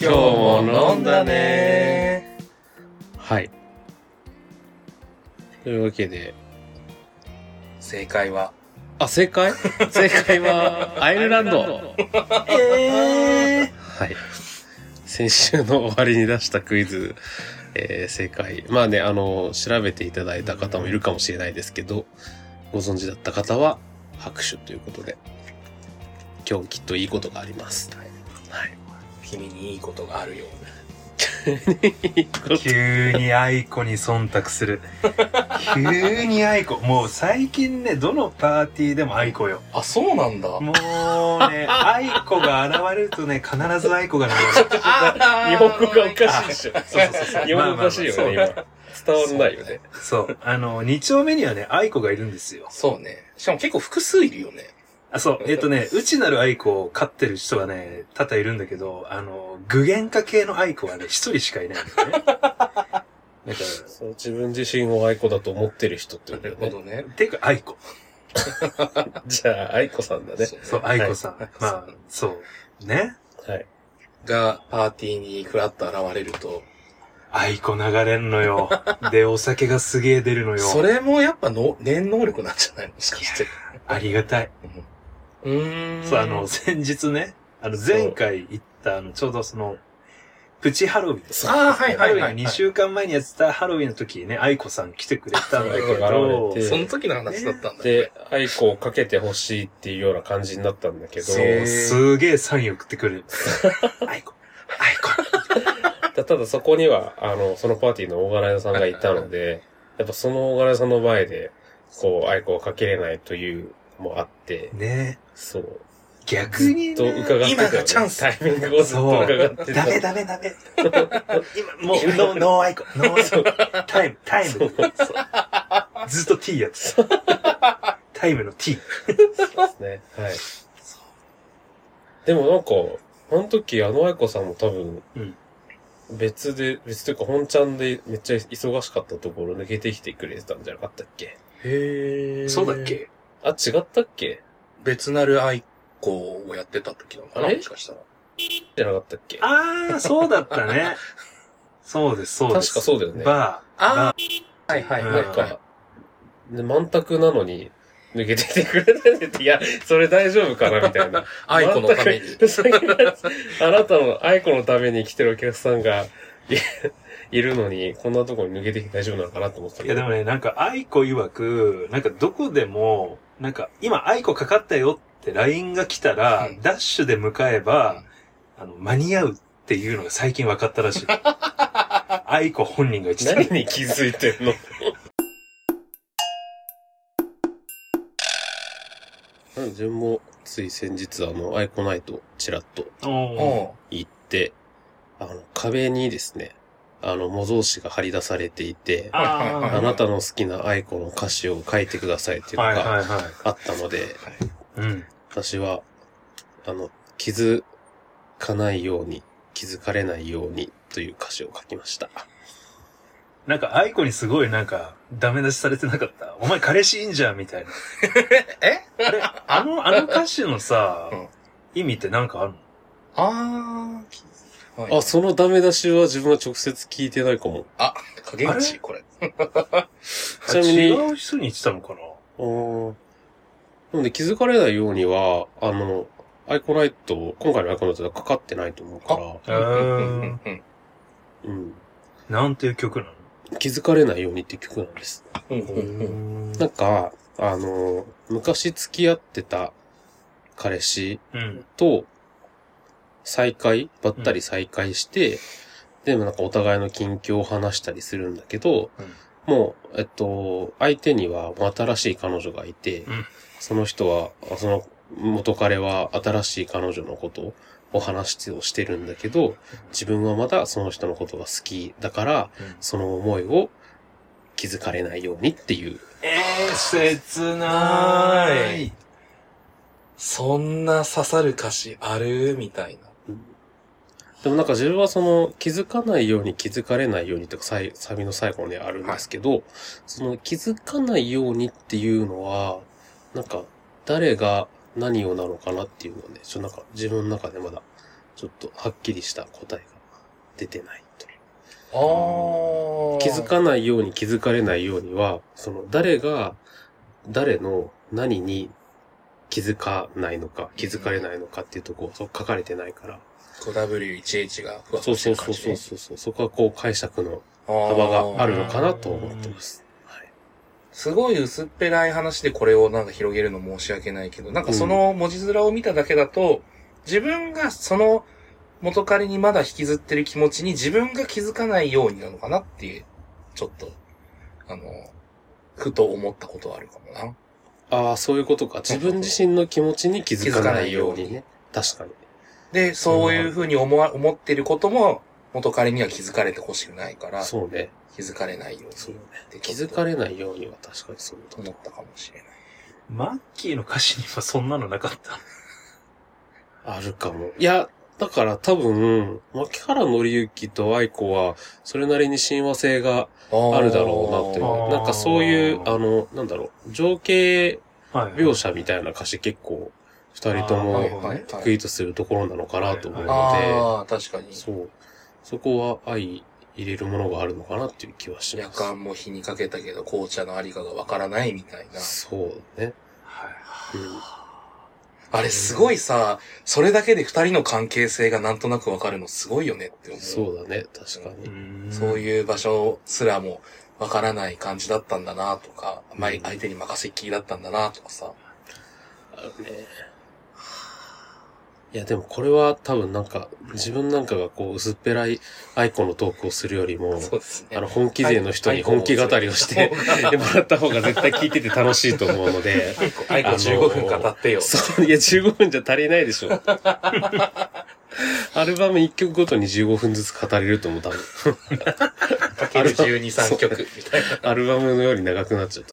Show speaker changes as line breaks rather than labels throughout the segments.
今日も飲んだね
はい。というわけで、
正解は
あ、正 解正解は、アイルランド。
え
はい。先週の終わりに出したクイズ、えー正解。まあね、あの、調べていただいた方もいるかもしれないですけど、ご存知だった方は拍手ということで、今日きっといいことがあります。はい。
君にいいことがあるよ
いいこと
急にアイコに忖度する。急にアイコ。もう最近ね、どのパーティーでもアイコよ。
あそうなんだ
もうね、アイコが現れるとね、必ずアイコが流れる。
日本語がおかしいでしょ。
そうそうそ う
日本語おかしいよね、
まあまあ
今。伝わんないよね。
そう。あの、二丁目にはね、アイコがいるんですよ。
そうねしかも結構複数いるよね
あ、そう。えっ、とね、うちなるアイコを飼ってる人がね、多々いるんだけど、あの、具現化系のアイコはね、一人しかいないん だよね。だから、
そう自分自身を愛子だと思ってる人って
な
こと
る
よ
ほ
ね。
どね
てか、アイコ。
じゃあ、愛子さんだね。
そう、アイコさん。まあ、そう。ね。
はい。
がパーティーにふらっと現れると
アイコ流れん のよ。で、お酒がすげえ出るのよ。
それもやっぱの念能力なんじゃないもしかして
ありがたい。
うーん
そう、あの、先日ね、あの、前回行った、あの、ちょうどその、プチハロウィン。
そう
ああはい
ハ
はい
ロウィン
は
の
い
2週間前にやってたハロウィンの時にね、愛子さん来てくれたんだけ
そう
ど、
愛子が現れて
その時の話だったんだ
で、愛子をかけてほしいっていうような感じになったんだけど、
そう
すげえサイン送って くる。愛子、愛子。
ただそこには、あの、そのパーティーの大柄屋さんがいたので、やっぱその大柄屋さんの前で、こう、愛子をかけれないというのもあって、
ね
そう。
逆に、
と伺ってたよ
ね、
ね、
今がチャンス
タイミングをずっと伺ってた
ダ。メダメダメ。今、もう、ノー、ノーアイコ、ノーアイコ。タイム、タイム。ずっと T やってた。タイムの T。
ね。はい。でもなんか、あの時、あの愛子さんも多分
うん、
別で、別というか本ちゃんでめっちゃ忙しかったところ抜けてきてくれてたんじゃなかったっけ
へえ
そうだっけ
あ、違ったっけ
別なる愛子をやってた時なのかな
あれ
もしかしたら。
じゃなかったっけ
ああ、そうだったね。そうです、そうで
確
す。
かそうだよね。
バ
ああはいはい
なんか、で満卓なのに、抜けてきてくれてて、いや、それ大丈夫かなみたい な。
愛子のために。
あなたの愛子のために来てるお客さんがい、いるのに、こんなとこに抜けてきて大丈夫なのかなと思ってた
ー。い
けど
やでもね、なんか、愛子曰く、なんかどこでも、なんか、今愛子かかったよって LINE が来たら、
うん
ダッシュで向かえば、あの、間に合うっていうのが最近分かったらしい。愛子本人が言ってた。
何に気づいてんのうん、自分もつい先日、あの、アイコナイト、チラッと
おー
う
行って、あの、壁にですね、あの、模造紙が貼り出されていて、
あはいはいはい
あなたの好きなアイコの歌詞を書いてくださいっていうの
はい
が
はいは
あったので、
い。うん。
私は、あの、気づかないように、気づかれないようにという歌詞を書きました。
なんか、愛子にすごいなんか、ダメ出しされてなかった。お前彼氏いいんじゃんみたいな。
え
あの、あの歌詞のさ
うん、
意味ってなんかあるの
ああ、はい、
あ、そのダメ出しは自分は直接聞いてないかも。
う。影
あ
口
れ
これ。
ちなみに
違う人に言ってたのかな
あーでもね、気づかれないようには、あの、アイコナイト、今回のアイコナイトはかかってないと思うから、
へー
うんうん
うん。
なんていう曲なの
気づかれないようにっていう曲なんです。
うんうんうん
なんか、あの、昔付き合ってた彼氏
うん。
と、再会ばったり再会して、でもなんかお互いの近況を話したりするんだけど、もう、えっと、相手には新しい彼女がいて、
うん
その人は、あその元彼は新しい彼女のことを話をしてるんだけど、自分はまだその人のことが好きだから、
うん
その思いを気づかれないようにっていう。
えー、切
な
ないい。
そんな刺さる歌詞あるみたいな。
でもなんか自分はその気づかないように気づかれないようにとかさいサビの最後にあるんですけど、その気づかないようにっていうのは、なんか誰が何をなのかなっていうのをね、ちょっとなんか自分の中でまだちょっとはっきりした答えが出てないと。
あー。
気づかないように気づかれないようには、その誰が、誰の何に気づかないのか、気づかれないのかっていうとこはそう書かれてないから。
こう W1H がふわっ
そ
と
う
し
そ
て
う
る
そ
感
う
じ
そう
ね
そうそう。そこはこう解釈の幅
あー
があるのかなと思ってます。はい。
すごい薄っぺらい話でこれをなんか広げるの申し訳ないけど、なんかその文字面を見ただけだと、自分がその元彼にまだ引きずってる気持ちに自分が気づかないようになのかなっていう、ちょっと、あの、ふと思ったことはあるかもな。
ああ、そういうことか。自分自身の気持ちに気づかないようにね。確かに。
で、そういうふうに思わ、思ってることも、元彼には気づかれてほしくないから、
そうね。
気づかれないように
そうね
って
気
ちょ
づ
っと
かれないようには確かにそうだ
思ったかもしれない。
マッキーの歌詞にはそんなのなかった。
あるかも。いや、だから多分、牧原紀之と愛子は、それなりに親和性があるだろうなってい
あ
う。
ー
なんかそういう、あの、なんだろう、情景
はい
描写みたいな歌詞結構、二人と
あー
はい
も
はいはい
得意とするところなのかなと思うの
ああ、確かに
で、。そう。そこは愛入れるものがあるのかなっていう気はし
夜
ます。
間も火にかけたけど、紅茶のありかがわからないみたいな。
そうね。
はい。
うん
あれすごいさ、それだけで二人の関係性がなんとなくわかるのすごいよねって思う。
そうだね、確かに。
そう
う
いう場所すらもわからない感じだったんだなとか、まあ
うん
相手に任せっきりだったんだなとかさ。
あるね。いや、でもこれは多分なんか、自分なんかがこう、薄っぺらい愛子のトークをするよりも、
そうですね。
あの、本気勢の人に本気語りをしてもらった方が絶対聞いてて楽しいと思うので、
アイコ
あの
15分語ってよ。
そう、いや、15分じゃ足りないでしょ。 アルバム1曲ごとに15分ずつ語れると思う、多分。
かける12、3曲みたいな。
アルバムのように長くなっちゃった。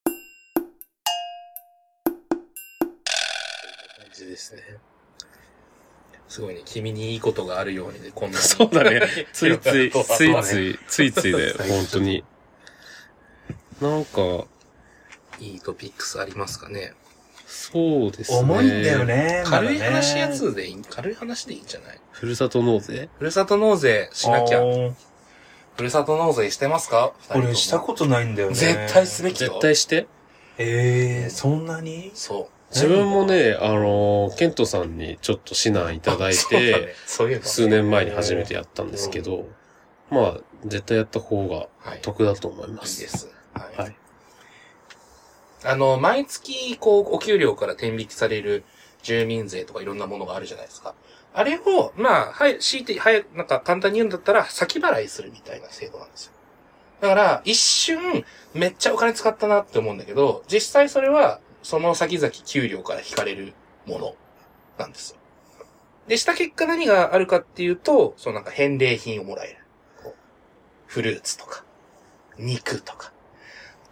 感じですね。
すごいね。君にいいことがあるようにで、こんなに。
そうだね。ついつい、
そう
ついつい、ついついだよ、本当に。なんか、
いいトピックスありますかね。
そうですね。
重いんだよ。ね。まだね
軽い話や。つでいい、軽い話でいいんじゃない
ふるさと納税
ふるさと納税しなきゃ
あ。ー
ふるさと納税してますか二人とも
俺したことないんだよね。
絶対すべきよ。
絶対して。
ええー、そんなに
そう。
自分もね、あの、ケントさんにちょっと指南いただ い
そうだ
て、
ね、そういえば。
数年前に初めてやったんですけど、まあ、絶対やった方が
はい。い
得だと思い
い
ま。
ですす。はい。
はい
あの、毎月、こう、お給料から転引きされる住民税とかいろんなものがあるじゃないですか。あれを、まあ、はい、強いて、はい、なんか簡単に言うんだったら、先払いするみたいな制度なんですよ。だから、一瞬、めっちゃお金使ったなって思うんだけど、実際それは、その先々給料から引かれるものなんですよ。で、した結果何があるかっていうと、そのなんか返礼品をもらえる。こうフルーツとか、肉とか、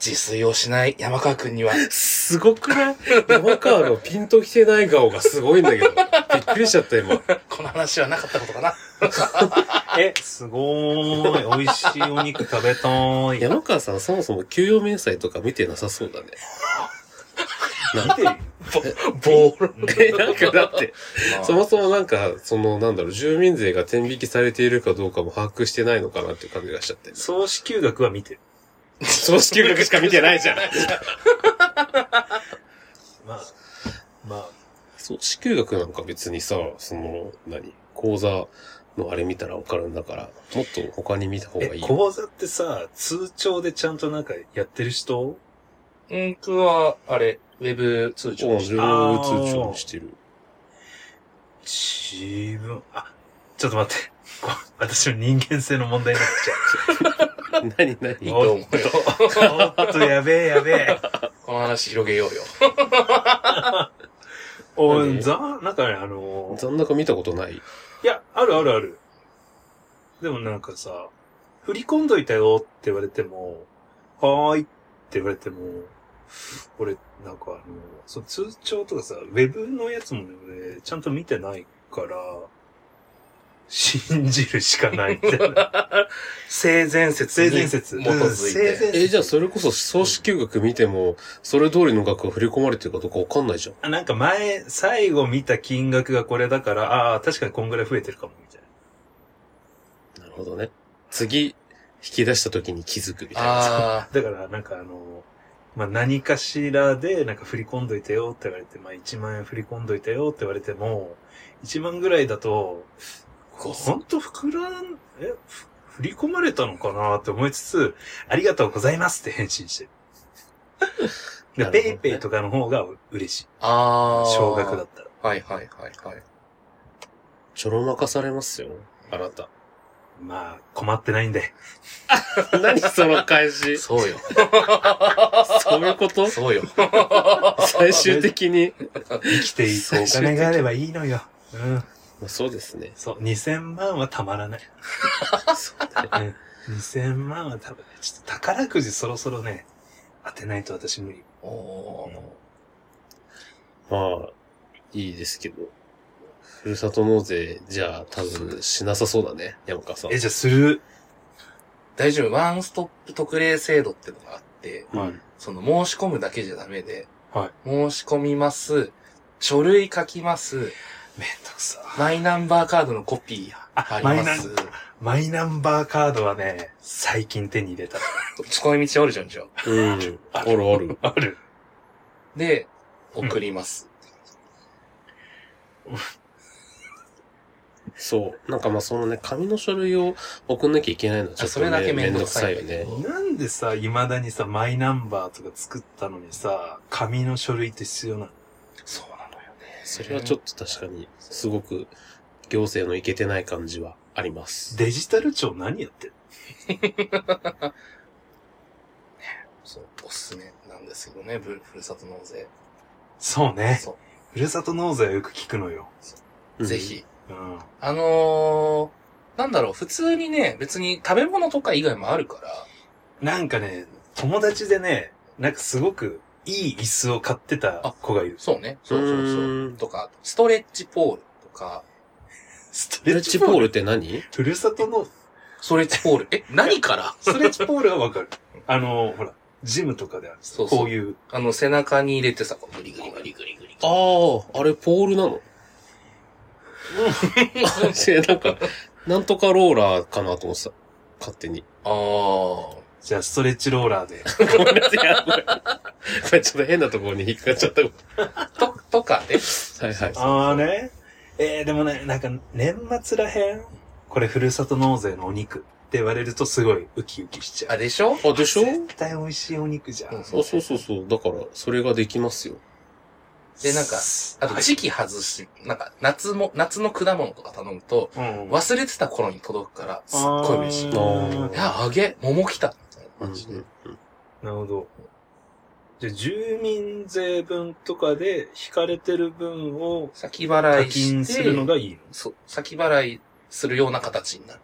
自炊をしない山川くん には、
すごくない山川のピンときてない顔がすごいんだけど、びっくりしちゃった今。
この話はなかったことかな。
え、すごーい。美味しいお肉食べたーい。
山川さんそもそも給与明細とか見てなさそうだね。
見てるよ
ボール。
え、なんかだって、そ
そ
もそもなんか、そのなんだろう、住民税が転引きされているかどうかも把握してないのかなっていう感じがしちゃって。
総支給額は見てる。
総支給額しか見てないじゃん。
まあ、まあ、
総支給額なんか別にさ、その、何口座のあれ見たらわかるんだから、もっと他に見た方が
え
い、い。
講座ってさ、通帳でちゃんとなんかやってる人
うん、僕は、あれ、ウェブ通
うん
帳。
自分も通帳にしてる。
自分、あ、ちょっと待って。こ私の人間性の問題になっち
何何
いいと思う よ。
ゃう。おっと、やべえやべえ。
この話広げようよ。
お
何
い、ざ、なんかね、あのー、
残高見たことない
いや、あるあるある。でもなんかさ、振り込んどいたよって言われても、はーいって言われても、俺、なんかあのー、その通帳とかさ、ウェブのやつもね、俺、ちゃんと見てないから、信じるしかないみたいな。
性善説
性
に
善説。
基づいて。
え、じゃあそれこそ総支給額見ても、それ通りの額が振り込まれてるかどうかわかんないじゃん。
あなんか前、最後見た金額がこれだから、ああ、確かにこんぐらい増えてるかも、み
るほどね。次、引き出した時に気づくみたいなさ。
あ
だから、なんかあの、まあ、何かしらで、なんか振り込んどいてよって言われて、まあ、1万円振り込んどいてよって言われても、1万ぐらいだと、こうほんと膨らん、え、ふ振り込まれたのかなって思いつつ、ありがとうございますって返信してる。
な
で、
るほどね
ペイペイとかの方が嬉しい。
あ。ああ。
少額だ。ったら。
はいはいはいはい。
ちょろまかされますよ。あなた。
まあ、困ってないんで。
何その返し。
そう よ。
そういうこと
そうよ。
最終的に。
生きていくお金があればいいのよ。うん。
まあそうですね。
そう、2000万はたまらない。
そう だね
うん2000万は多分、ちょっと宝くじそろそろね、当てないと私無理。
おおー。
まあ、いいですけど。ふるさと納税、じゃあ多分しなさそうだね。山川さん
え、。じゃあする。
大丈夫。ワンストップ特例制度ってのがあって、
はい
うん
その申し込むだけじゃダメで、
はい
申し込みます、書類書きます、
めんどくさ。
マイナンバーカードのコピーあ
あ、
り
マイ
ま
ナン
す。、
マイナンバーカードはね、最近手に入れた。
使い道あるじゃん、じゃあ。
うん。おるおる。
ある。
で、送ります。
そう。なんかまあそのね、紙の書類を送んなきゃいけないのはちょっと、ね、
あそれだけ
め
め
ん
ん
ど
ど
く
く
さ
さ
い
い
よ
よね
ね。
なんでさ、未だにさ、マイナンバーとか作ったのにさ、紙の書類って必要なの
そうなのよね。
それはちょっと確かに、すごく行政のいけてない感じはあります。
デジタル庁何やってる
そう、おすすめなんですけどね、ぶふるさと納税。
そうね。
そ
ふるさと納税はよく聞くのよ。
う
う。
ん
ぜ。ひ。
うん。
あのー、なんだろう、普通にね、別に食べ物とか以外もあるから、
なんかね、友達でね、なんかすごくいい椅子を買ってた子がいる。
そうね。そうそうそうう。
ん
とか、ストレッチポールとか、
スト
スト
レ
レ
ッ
ッチ
チ
ポ
ポ
ー
ー
ルっ
ル。
て何
ふるさとの、
ストレッチポール。え、何から
ストレッチポールはわかる。あの、ほら、ジムとかである。
そうそう
こういう。
あの、背中に入れてさ、こうグリグリグリグリグリ。
ああ、あれポールなの なんか、なんとかローラーかなと思ってた。勝手に。
あー。
じゃあ、ストレッチローラーで。
ごめんなさいやばい。これ ちょっと変なところに引っかかっちゃった。は
と、とかね。
いはい。
ああね。えー、でもね、なんか、年末らへん、これふるさと納税のお肉って言われるとすごいウキウキしちゃ
あ、
う。
でしょ
あ、でしょあ、
絶対美味しいお肉じゃん。
うん
そうそうそう。だから、それができますよ。
でなんか、あと時期外し、なんか、夏も、夏の果物とか頼むと、
うん
忘れてた頃に届くから、すっごい嬉しい。い
ーあー
や、あげ、桃来た。みたいな
うん
感じで。
なるほど。じゃあ、住民税分とかで引かれてる分を
先払
課
い
金
し
するの
て、
がいい
そう、先払いするような形になる。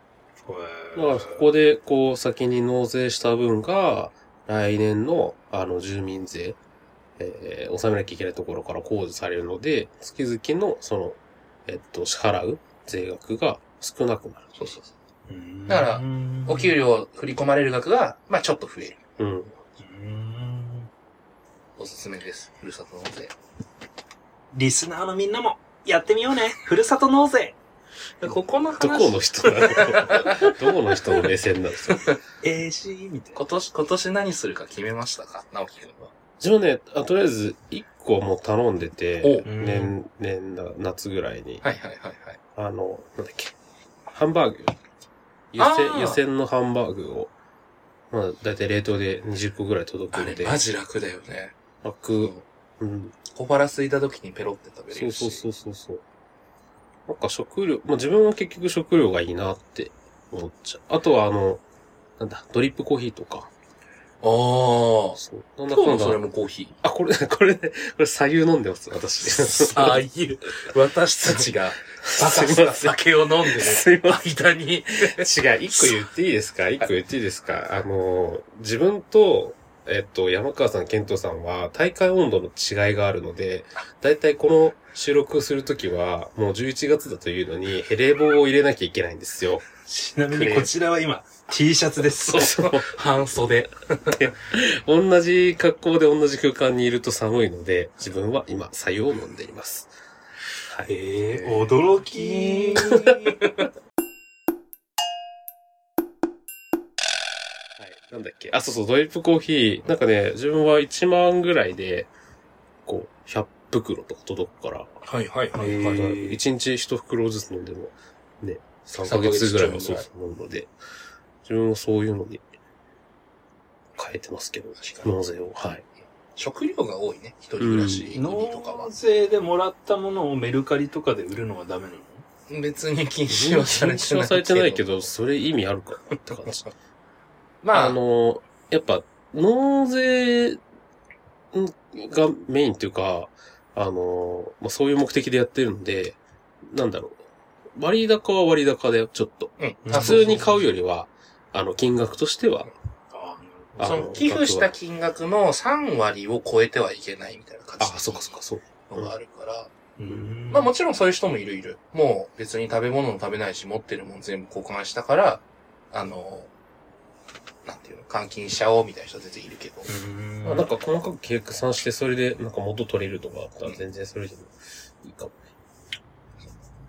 の。
だから、ここで、こう、先に納税した分が、来年の、あの、住民税、えー、納めなきゃいけないところから控除されるので、月々の、その、えっと、支払う税額が少なくな
そうそうそう
ーん
だから、う。お給
料。
料振り込まれる額が、まあちょっと増える。
る。うん。
うーん
おすすめです。ふるさと納税。
リスナーのみんなも、やってみようね。ふるさと納税。
ここの話、
どこの人なのどこの人の目線なん ですか
ええし、みたいな。
今年、今年何するか決めましたか直樹くんは。
自分ね、あとりあえず、1個もう頼んで
お、
て年、年だ、夏ぐらいに、
はいはいはいはい。
あの、なんだっけ、ハンバーグ。湯
あ
煎、
ー
湯煎のハンバーグを、まあ、だいたい冷凍で20個ぐらい届く
あ
ので
れ、、マジ楽だよね。
楽、うん、
小腹空いた時にペロって食べれ
そう
るし。
そうそうそうそう。なんか食料、まあ自分は結局食料がいいなって思っちゃう。あとはあの、なんだ、ドリップコーヒーとか。
ああ。
そう。なん
今日
だかん
もそれ
だ。
もコーヒ
あ、これ、これ、ね、これ、左右飲んでます、私。
ー。さあ、いう、私たちが、バカ
すいません
さ酒を飲んでる
すいま
間に、
違う、一個言っていいですか一個言っていいですかあの、自分と、えっと、山川さん、健人さんは、体感温度の違いがあるので、だいたいこの収録するときは、もう11月だというのに、冷房を入れなきゃいけないんですよ。
ちなみにこちらは今、T シャツです。
そう。
半袖。
同じ格好で同じ空間にいると寒いので、自分は今、白湯を飲んでいます。
ええ驚き。
なんだっけ。あ、そうそう、ドリップコーヒー。なんかね、自分は1万ぐらいで、こう、100袋とか届くから、
はいはいは
へ
い
ー
はい。
1日1袋ずつ飲んでも、ね、3
ヶ
ヶ
月
月
ぐ
ぐ
ら
ら
い
い
は
は
そ
そうう飲むので、自分もそういうのに変えてますけど、
確かに
納税を。はい。
食料が多いね。一人暮らしのとかは
納。税でもらったものをメルカリとかで売るのはダメなの
別に禁止はされてないけど。
禁止はされてないけど、それ意味あるかなって感じ。
ま あ、
あの、やっぱ、納税んがメインっていうか、あの、まあ、そういう目的でやってるんで、なんだろう。割高は割高だよ、ちょっと。
うん、
普
あ
普通に買うよりは、あの、金額としては、
あ
あ
そ
の
の寄付した金額の3割を超えてはいけないみたいな感
あ、
じ
そうかそうか、そう。
のがあるから、
あ、うん
まあもちろんそういう人もいるいる。もう別に食べ物も食べないし、持ってるもん全部交換したから、あの、なんていうの、換金しちゃおうみたいな人は全然いるけど。
うん
まあなんか細かく計算して、それでなんか元取れるとかあったら全然それでもいいかも。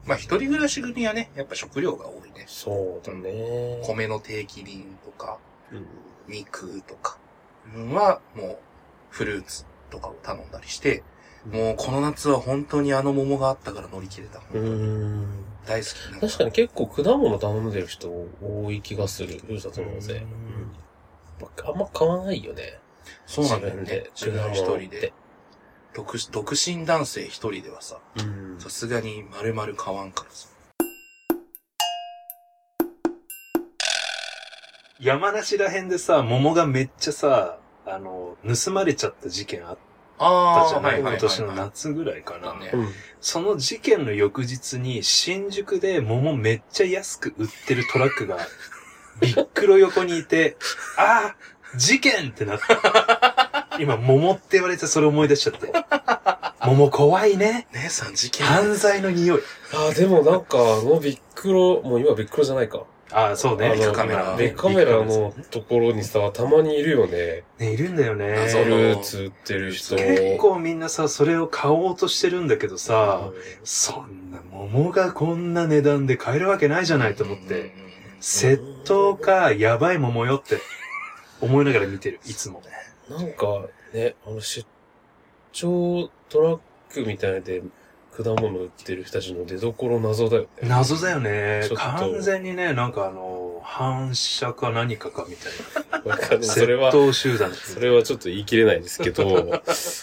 まあ一人暮らし組はね、やっぱ食料が多いね。
そうだね。
米の定期便とか、
うん
肉とかは、もう、フルーツとかを頼んだりして、もうこの夏は本当にあの桃があったから乗り切れた。
うーん。
大好きな。
確かに結構果物頼んでる人多い気がする、ふるさと納税。
うん
まああんま買わないよね。
そうなんだよね。
自
自
分
分
で。
一人で。。独独身男性一人ではさ、
うん。
さすがに丸々買わんからさ。
山梨ら辺でさ、桃がめっちゃさ、あの、盗まれちゃった事件あっ
あー
たじゃない今年の
はいはい
夏ぐらいかな
だ。ね
うん。
その事件の翌日に新宿で桃めっちゃ安く売ってるトラックが、 ビックロ横にいて、ああ事件ってなった。今、桃って言われてそれ思い出しちゃって。桃怖いね。
姉さん事件。
犯罪の匂い。
ああ、でもなんか、あのビックロ、もう今ビックロじゃないか。
ああ、そうね。
あの
ビックカメラ
ビックカメラ
ビックカメ
のところにさ、たまにいるよね。
ね、いるんだよね。
あ
フ
そう
ルーツ売ってる人。
結構みんなさ、それを買おうとしてるんだけどさ、
う
そんな桃がこんな値段で買えるわけないじゃないと思って、
うんうんうん。
窃盗か、やばい桃よって思いながら見 てる、いつも。
んなんか、ね、あの出張トラックみたいで、果物売ってる人たちの出所謎だよね。
謎だよね
ちょ。っと
完全にね、なんかあの、反射か何かかみたい
わかんな
な。
いそれ
窃
は、
盗集団。
それはちょっと言い切れないですけど、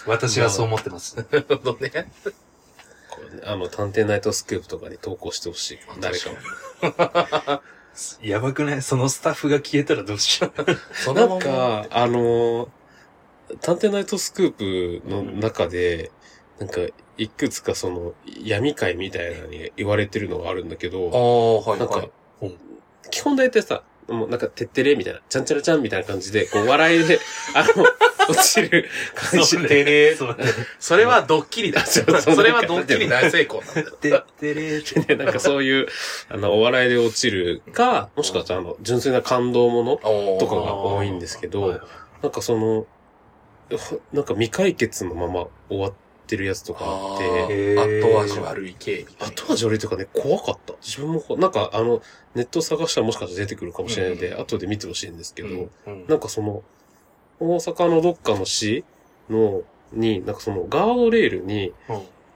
私はそう思ってます。
なるほどね。
こうねあの、探偵ナイトスクープとかに投稿してほしい。誰かも。
やばくないそのスタッフが消えたらどうしよう。
そ
な
のま
んか、あのー、探偵ナイトスクープの中で、なんか、いくつかその、闇会みたいなのに言われてるのがあるんだけ
あ
ど、
あ、はい
なん
は
か
い。、
うん
基本大体さ、もうなんか、てってれみたいな、ちゃんちゃらちゃんみたいな感じで、こう、笑いで、 あの、落ちる感じで。
てれー。そうね
それはドッキリだ。そ
そうそう
れはドッキリ大成 功なんだよ。
てってれーって。
で、なんかそういう、あの、お笑いで落ちるか、もしくは、あの、純粋な感動もの
おー
とかが多いんですけ
はい
ど、なんかその、ほなんか未解決のまま終わってるやつとかあっ
あ
て、
ー
へー
後味悪い系みたいな。
後味悪いというかね、怖かった。自分もこう、なんかあの、ネット探したらもしかしたら出てくるかもしれないんで、
うん
後で見てほしいんですけど、
うん
うん
なんかその、大阪のどっかの市の、に、なんかそのガードレールに、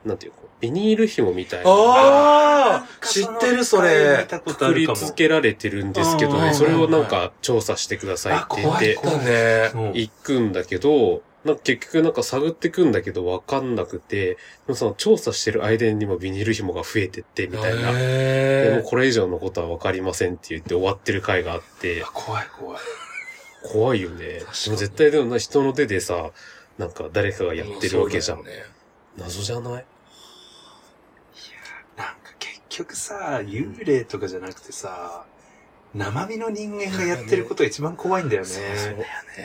なんていうか、ビニール紐みたいなのが
ああ
知
知
っ
ってて
る
る
そ
そ
れ。
れ。
た
くくりつけられてるんですけ
うん
ど
うんうんう、ん
それをなんか調査してくださいって言っ
あ怖い
て
怖、
だね。
行くんだけど、なんか結局なんか探ってくんだけど分かんなくて、でもその調査してる間にもビニール紐が増えてってみたいな。でも
へ
うこれ以上のことは分かりませんって言って終わってる回があって、
怖い怖い。
怖いよね。でも
確かに
絶対でもな人の手でさ、なんか誰かが
ー
やってるわけじゃ
そ
ん
う。だよね
謎じゃない
なんか結局さ、幽霊とかじゃなくてさ、生身の人間がやってることが一番怖いんだよね。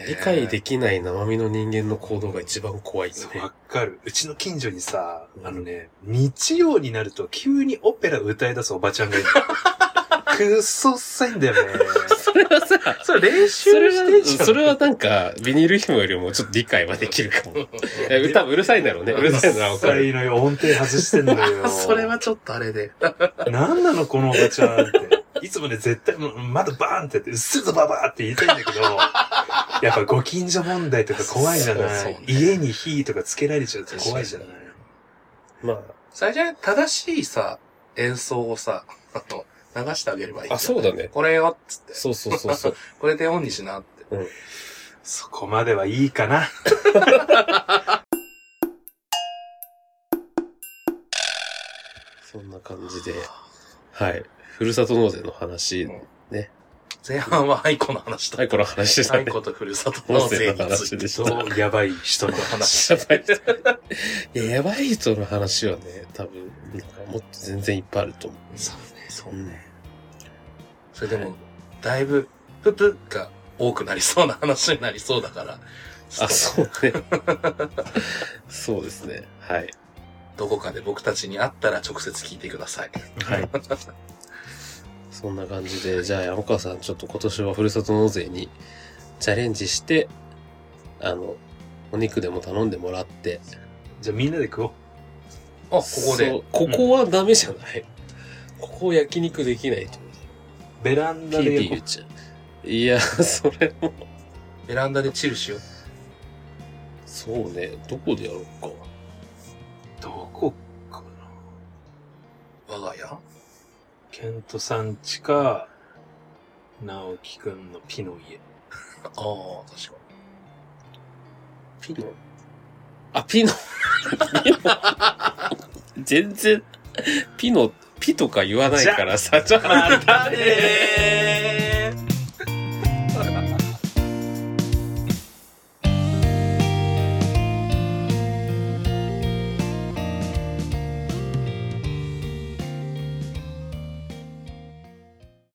理解できない生身の人間の行動が一番怖いよ
そう
ね
わ。かる。うちの近所にさ
う、ん
あのね、日曜になると急にオペラ歌い出すおばちゃんがいる。 くっそっさいんだよね。
それはさ、
それ練
それ
習してん
は、
じゃん。。
それはなんか、ビニール紐よりもちょっと理解はできるかも。え、歌うるさいんだろうね。うるさいのは
うっ
わか
さ
る。
いのよ、音程外してんのよ
それはちょっとあれで。
なんなのこのおばちゃんって。いつもね、絶対、もう窓バーンってやって、うっせぇぞババーって言いたいんだけ ど、やっぱご近所問題とか怖いじゃない。
そうそうね
家に火とかつけられちゃうと怖いじゃない。
まあ、
それじゃあ正しいさ、演奏をさ、あと、流してあげればいいん
あ、そうだね。
これよ、つって。
そうそうそうそう。
これでオンにしなって。
そこまではいいかな。
そんな感じで。はい。ふるさと納税の話。
前半は愛子の話だ
はい、この話でした
愛
ね。
子とふるさと納
納
税
税
に
の
つい
話
て
でし
そ
た。
う、やばい人の話。
やばい人。いや、やばい人の話はね、多分、なんかもっと全然いっぱいあると思
そうね、そう
う。ね。
それでも、だいぶ、ププが多くなりそうな話になりそうだから、
あ、
ちょっ
そうね。そうですね。はい。
とどこかで僕たちに会ったら直接聞いてください。
はい。そんな感じで、じゃあ山川さん、ちょっと今年はふるさと納税にチャレンジして、あの、お肉でも頼んでもらって。
じゃあみんなで食おう。
あ、ここ
そ
で
う。ここはダメじゃない。ここ焼肉できないと思う。
ベラン
ピ
ダ
ー
で
ピー
焼こ
言っちゃう。いや、それも、
ベランダでチルしよう。
そうね。どこでやろうか。
う。どこかな。
我が家
ケントさんちか、直樹くんのピの家。
ああ、確か
ピノあ、ピノ。ピノ。全然、ピノ、ピとか言わないからさ、ちょっと
またねー